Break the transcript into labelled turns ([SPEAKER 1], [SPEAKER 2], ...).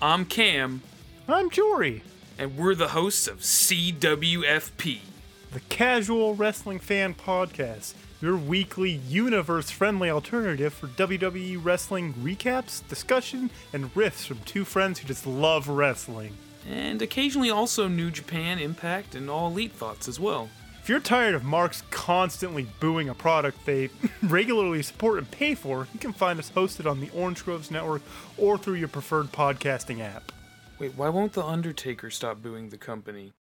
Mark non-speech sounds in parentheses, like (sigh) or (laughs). [SPEAKER 1] I'm Cam,
[SPEAKER 2] I'm Jory,
[SPEAKER 1] and we're the hosts of CWFP.
[SPEAKER 2] the Casual Wrestling Fan Podcast, your weekly universe friendly alternative for WWE wrestling recaps, discussion, and riffs from two friends who just love wrestling.
[SPEAKER 1] And occasionally also New Japan, Impact, and All Elite Thoughts as well.
[SPEAKER 2] If you're tired of marks constantly booing a product they (laughs) regularly support and pay for, you can find us hosted on the Orange Groves Network or through your preferred podcasting app.
[SPEAKER 1] Wait, why won't The Undertaker stop booing the company?